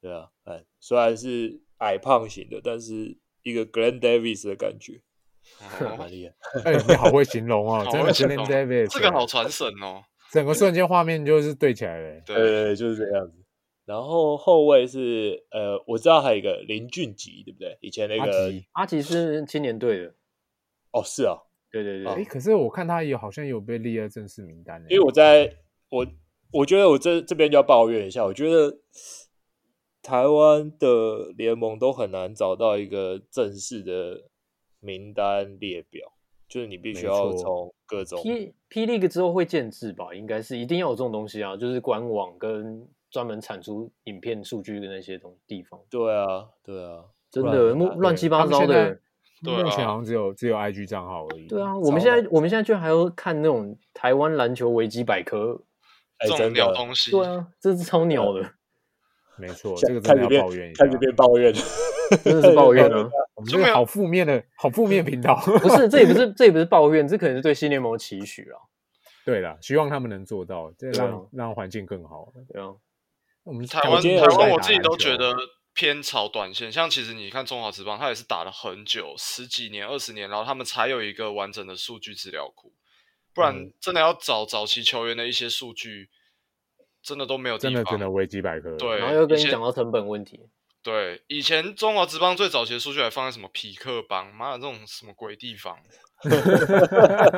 Speaker 3: 对啊，哎，虽然是矮胖型的，但是一个 Glenn Davis 的感觉，
Speaker 6: 哦
Speaker 3: 蛮厉害。
Speaker 2: 哎，你好会形容哦，
Speaker 6: 好
Speaker 2: 真的
Speaker 6: 会形
Speaker 2: Glenn
Speaker 6: 容
Speaker 2: Davis，
Speaker 6: 这个好传神哦。
Speaker 2: 整个瞬间画面就是对起来了，欸
Speaker 3: 对哎
Speaker 6: 对，
Speaker 3: 对对，就是这样子。然后后卫是呃，我知道还有一个林俊杰，对不对？以前那
Speaker 2: 阿
Speaker 3: 个
Speaker 2: 吉，
Speaker 5: 阿吉是啊青年队的，
Speaker 3: 哦，是哦，
Speaker 5: 对对对，
Speaker 2: 哎，可是我看他有好像有被列入正式名单诶，欸
Speaker 3: 因为我在我我觉得我这这边就要抱怨一下，我觉得台湾的联盟都很难找到一个正式的名单列表，就是你必须
Speaker 2: 没
Speaker 3: 要
Speaker 2: 错
Speaker 3: 从各种
Speaker 5: P P League 之后会建制吧，应该是一定要有这种东西啊，就是官网跟专门产出影片数据的那些东地方，
Speaker 3: 对啊，对啊，
Speaker 5: 真
Speaker 3: 不然
Speaker 5: 的
Speaker 3: 很难
Speaker 5: 乱乱
Speaker 2: 对
Speaker 5: 七
Speaker 2: 他
Speaker 5: 八
Speaker 2: 们
Speaker 5: 糟
Speaker 2: 现
Speaker 5: 的
Speaker 2: 在。
Speaker 6: 对
Speaker 2: 目前
Speaker 6: 啊
Speaker 2: 好像只有只有 IG 账号而已，
Speaker 5: 对啊，我们
Speaker 3: 糟
Speaker 5: 现
Speaker 3: 了
Speaker 5: 在我们现在居然还要看那种台湾篮球维基百科，
Speaker 3: 哎，
Speaker 6: 这
Speaker 3: 真
Speaker 6: 种鸟
Speaker 3: 的，
Speaker 6: 东西，
Speaker 5: 对啊，这是超鸟的，
Speaker 2: 没错，
Speaker 3: 现
Speaker 2: 这个
Speaker 3: 开
Speaker 2: 真
Speaker 3: 始
Speaker 2: 的
Speaker 3: 变
Speaker 2: 要抱怨一下
Speaker 3: 开，始变抱怨了，
Speaker 5: 真的是抱怨
Speaker 3: 了
Speaker 5: 啊。
Speaker 2: 我们
Speaker 6: 就
Speaker 2: 这
Speaker 6: 没有
Speaker 2: 个好负面的，好负面频道。
Speaker 5: 不是，这也不是，这也不是抱怨，这可能是对新联盟的期许啊。
Speaker 2: 对啦，希望他们能做到，这
Speaker 5: 对啊
Speaker 2: 让、让环境更好。
Speaker 5: 对啊，
Speaker 2: 我们
Speaker 6: 台
Speaker 2: 我
Speaker 6: 湾
Speaker 3: 今天
Speaker 6: 台
Speaker 3: 有
Speaker 6: 湾
Speaker 3: 在
Speaker 6: 我
Speaker 2: 打
Speaker 6: 自己
Speaker 2: 篮
Speaker 6: 都
Speaker 2: 球
Speaker 3: 啊
Speaker 6: 觉得偏朝短线，像其实你看中华职棒，它也是打了很久，十几年、二十年，然后他们才有一个完整的数据资料库，不然
Speaker 3: 嗯
Speaker 6: 真的要找早期球员的一些数据，真的都没有地
Speaker 2: 真的真的
Speaker 6: 方。
Speaker 2: 维基百科。
Speaker 6: 对
Speaker 5: 然后又跟
Speaker 6: 以
Speaker 5: 你
Speaker 6: 前
Speaker 5: 讲到成本问题，
Speaker 6: 对，以前中华职棒最早期的数据还放在什么匹克邦，妈的这种什么鬼地方？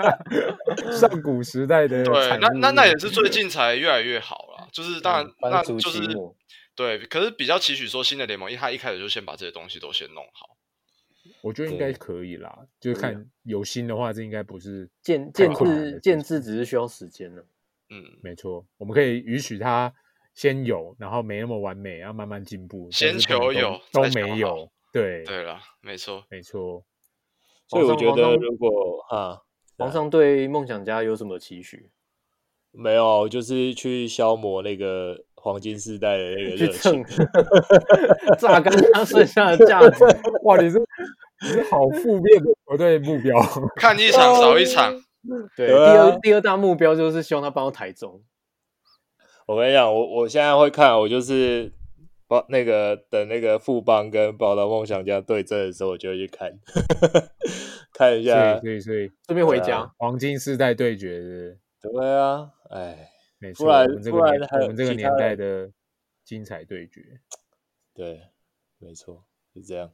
Speaker 2: 上古时代的
Speaker 6: 对，
Speaker 2: 产
Speaker 6: 那
Speaker 2: 物
Speaker 6: 那那也是最近才越来越好啦。就是
Speaker 2: 嗯
Speaker 6: 当然，
Speaker 5: 班
Speaker 6: 那
Speaker 5: 族
Speaker 6: 就是
Speaker 5: 寂寞
Speaker 6: 对，可是比较期许说新的联盟，因为他一开始就先把这些东西都先弄好。
Speaker 2: 我觉得应该可以啊啦。就看有心的话，这应该不是
Speaker 5: 建
Speaker 2: 太
Speaker 5: 建
Speaker 2: 困难了
Speaker 5: 制建制只是需要时间了。
Speaker 6: 嗯，
Speaker 2: 没错。我们可以允许他先有，然后没那么完美，要慢慢进步。
Speaker 6: 先
Speaker 2: 但是可能
Speaker 6: 求有
Speaker 2: 都都
Speaker 6: 再求
Speaker 2: 没有
Speaker 6: 好，
Speaker 2: 对，
Speaker 6: 对了，没错，
Speaker 2: 没错。
Speaker 3: 所以我
Speaker 5: 皇上
Speaker 3: 觉
Speaker 5: 皇
Speaker 3: 得
Speaker 5: 上
Speaker 3: 如果啊
Speaker 5: 皇上对梦想家有什么期许？
Speaker 3: 没有，就是去消磨那个黄金时代的那个
Speaker 5: 去
Speaker 3: 热情。
Speaker 5: 蹭，榨干他剩下的价值。
Speaker 2: 哇，你是你是好负 面的球队目标。
Speaker 6: 看一场少一场，
Speaker 3: 对
Speaker 5: 对，第
Speaker 3: 啊
Speaker 5: 二第二大目标就是希望他搬到台中。
Speaker 3: 我跟你讲，我我现在会看，我就是把那个等那个富邦跟宝岛梦想家对阵的时候，我就会去看， 看
Speaker 2: 所
Speaker 3: 一
Speaker 2: 以
Speaker 3: 下。
Speaker 2: 所以所以，
Speaker 5: 顺便回
Speaker 3: 对 啊
Speaker 5: 家，
Speaker 2: 黄金世代对决是
Speaker 3: 对啊，哎，
Speaker 2: 不是没
Speaker 3: 不
Speaker 2: 错，
Speaker 3: 然
Speaker 2: 我们这个
Speaker 3: 不然
Speaker 2: 年
Speaker 3: 还有
Speaker 2: 我们这个
Speaker 3: 其
Speaker 2: 年
Speaker 3: 他的
Speaker 2: 代的精彩对决。
Speaker 3: 对，没错，就这样，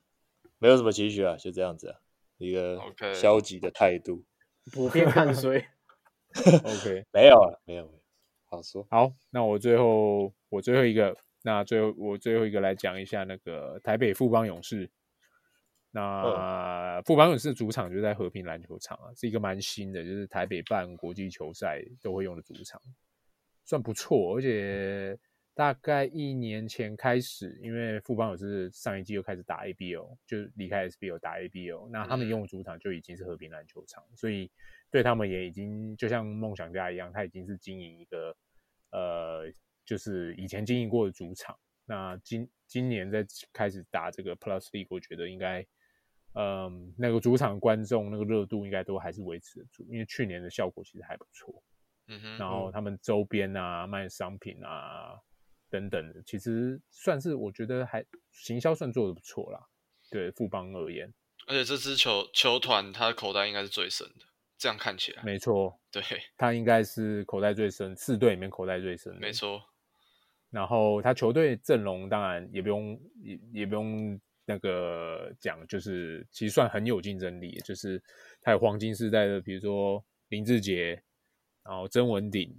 Speaker 3: 没有什么期许啊，就这样子啊，一个
Speaker 6: OK
Speaker 3: 消极的态度。
Speaker 5: 普遍看衰。
Speaker 2: OK，
Speaker 3: 没有啊，没有，没有好说。
Speaker 2: 好，那我最后我最后一个，那最后我最后一个来讲一下那个台北富邦勇士。那富邦勇士主场就在和平篮球场啊，是一个蛮新的，就是台北办国际球赛都会用的主场，算不错。而且大概一年前开始，因为富邦勇士上一季又开始打 ABO，就是离开 SBO 打 ABO，那他们
Speaker 6: 嗯
Speaker 2: 用的主场就已经是和平篮球场，所以对他们也已经就像梦想家一样，他已经是经营一个呃，就是以前经营过的主场。那今今年在开始打这个 Plus League，我觉得应该，嗯，那个主场观众那个热度应该都还是维持得住，因为去年的效果其实还不错。
Speaker 6: 嗯哼，
Speaker 2: 然后他们周边啊、卖商品啊等等的，其实算是我觉得还行销算做的不错啦。对富邦而言，
Speaker 6: 而且这支球球团他的口袋应该是最深的，这样看起来，
Speaker 2: 没错，
Speaker 6: 对，
Speaker 2: 他应该是口袋最深，四队里面口袋最深的。
Speaker 6: 没错，
Speaker 2: 然后他球队阵容当然也不用也也不用那个讲，就是其实算很有竞争力，就是他有黄金世代的，比如说林志杰，然后曾文鼎，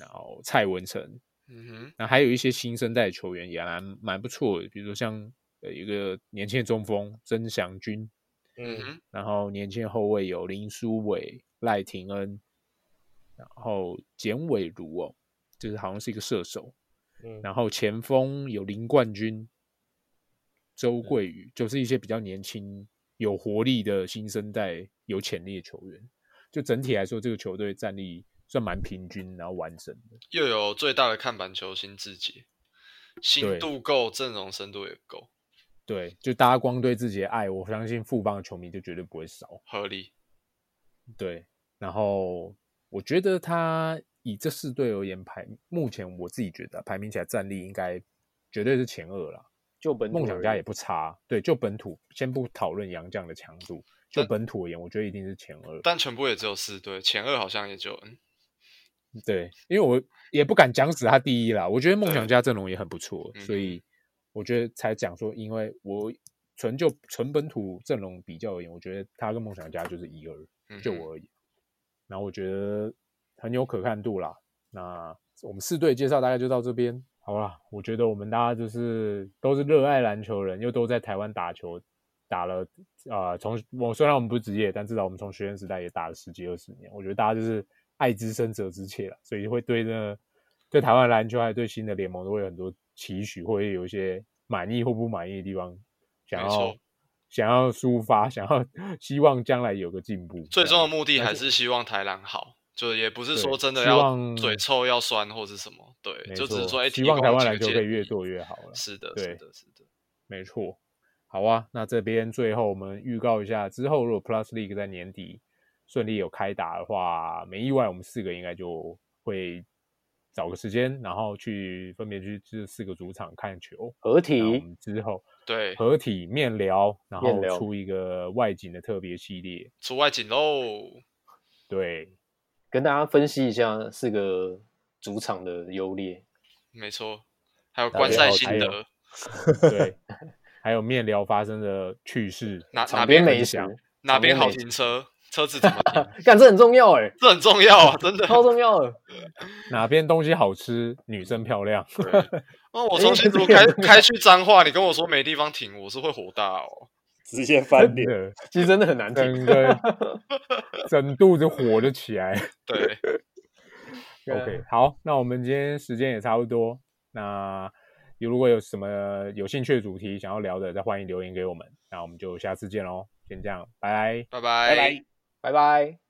Speaker 2: 然后蔡文成，
Speaker 6: 嗯哼，
Speaker 2: 那还有一些新生代球员也蛮蛮不错的，比如说像呃一个年轻的中锋曾祥军，
Speaker 6: 嗯哼，
Speaker 2: 然后年轻后卫有林书伟、赖廷恩，然后简伟如哦，就是好像是一个射手，
Speaker 3: 嗯
Speaker 2: 然后前锋有林冠军、周桂宇，就是一些比较年轻、有活力的新生代、有潜力的球员。就整体来说，这个球队战力算蛮平均，然后完整的。
Speaker 6: 又有最大的看板球星志杰，
Speaker 2: 对
Speaker 6: 新度够，阵容深度也够，
Speaker 2: 对，就大家光对自己的爱，我相信富邦的球迷就绝对不会少。
Speaker 6: 合理，
Speaker 2: 对，然后我觉得他以这四队而言排，目前我自己觉得排名起来战力应该绝对是前二啦。
Speaker 5: 就本土
Speaker 2: 梦想
Speaker 5: 而
Speaker 2: 家
Speaker 5: 言
Speaker 2: 也不差，对，就本土先不讨论洋将的强度，就
Speaker 6: 但
Speaker 2: 本土而言，我觉得一定是前二。
Speaker 6: 但全部也只有四队，前二好像也就嗯，
Speaker 2: 对，因为我也不敢讲死他第一啦。我觉得梦想家阵容也很不错，
Speaker 6: 嗯
Speaker 2: 所以我觉得才讲说，因为我纯就纯本土阵容比较而言，我觉得他跟梦想家就是一二，
Speaker 6: 嗯哼
Speaker 2: 就我而言。然后我觉得很有可看度啦。那我们四队介绍大概就到这边，好啦。我觉得我们大家就是都是热爱篮球人，又都在台湾打球，打了啊，呃从我虽然我们不是职业，但至少我们从学生时代也打了十几二十年。我觉得大家就是爱之深责之切了，所以会对呢对台湾篮球还有对新的联盟都会有很多期许，或者有一些满意或不满意的地方，想
Speaker 6: 没
Speaker 2: 要
Speaker 6: 错
Speaker 2: 想要抒发，想要希望将来有个进步。
Speaker 6: 最
Speaker 2: 这样
Speaker 6: 终的目的还是希望台篮好，就也不是
Speaker 2: 对
Speaker 6: 说真的
Speaker 2: 希
Speaker 6: 要
Speaker 2: 望
Speaker 6: 嘴臭要酸或是什么，
Speaker 2: 没
Speaker 6: 对，就只是
Speaker 2: 错
Speaker 6: 说哎，
Speaker 2: 希
Speaker 6: 提
Speaker 2: 望
Speaker 6: 供
Speaker 2: 台
Speaker 6: 了
Speaker 2: 湾
Speaker 6: 几
Speaker 2: 篮
Speaker 6: 个
Speaker 2: 球
Speaker 6: 建
Speaker 2: 可以越
Speaker 6: 议
Speaker 2: 做越好了
Speaker 6: 是的，
Speaker 2: 对
Speaker 6: 是的，是的，
Speaker 2: 没错。好啊，那这边最后我们预告一下，之后如果 Plus League 在年底顺利有开打的话，没意外，我们四个应该就会找个时间，然后去分别去这四个主场看球。
Speaker 5: 合
Speaker 2: 那我
Speaker 6: 嗯
Speaker 5: 体
Speaker 2: 们之后
Speaker 6: 对，
Speaker 2: 合体面聊，然
Speaker 5: 面
Speaker 2: 后
Speaker 5: 聊
Speaker 2: 出一个外景的特别系列。
Speaker 6: 出外景喽，
Speaker 2: 对，
Speaker 5: 跟大家分析一下四个主场的优劣。
Speaker 6: 没错，还有
Speaker 3: 打
Speaker 6: 观
Speaker 3: 野
Speaker 6: 赛
Speaker 3: 好
Speaker 6: 心
Speaker 2: 打野
Speaker 6: 得，
Speaker 2: 对，还有面聊发生的趣事，
Speaker 6: 哪哪
Speaker 5: 场
Speaker 6: 边
Speaker 5: 边
Speaker 6: 很
Speaker 5: 美食
Speaker 2: 想，
Speaker 6: 哪
Speaker 5: 场
Speaker 6: 边
Speaker 5: 边
Speaker 6: 好
Speaker 5: 美
Speaker 6: 停车，车子怎么停，
Speaker 5: 干这很重要哎、
Speaker 6: 这很重要啊，真的。
Speaker 5: 超重要的。
Speaker 2: 哪边东西好吃，女生漂亮。
Speaker 6: 哦，我
Speaker 5: 哎
Speaker 6: 从新
Speaker 5: 这
Speaker 6: 竹
Speaker 5: 个
Speaker 6: 开
Speaker 5: 很重
Speaker 6: 开去彰化，你跟我说没地方停，我是会火大哦。
Speaker 3: 直接 翻
Speaker 2: 真
Speaker 3: 脸，
Speaker 2: 的
Speaker 5: 其实真的很难听。
Speaker 2: 整个整肚子火 就起来。
Speaker 6: 对，
Speaker 3: 啊
Speaker 2: OK，好，那我们今天时间也差不多，那如果有什么有兴趣的主题想要聊的，再欢迎留言给我们。那我们就下次见喽，先这样，拜拜。
Speaker 6: 拜
Speaker 7: 拜拜。
Speaker 5: 拜拜。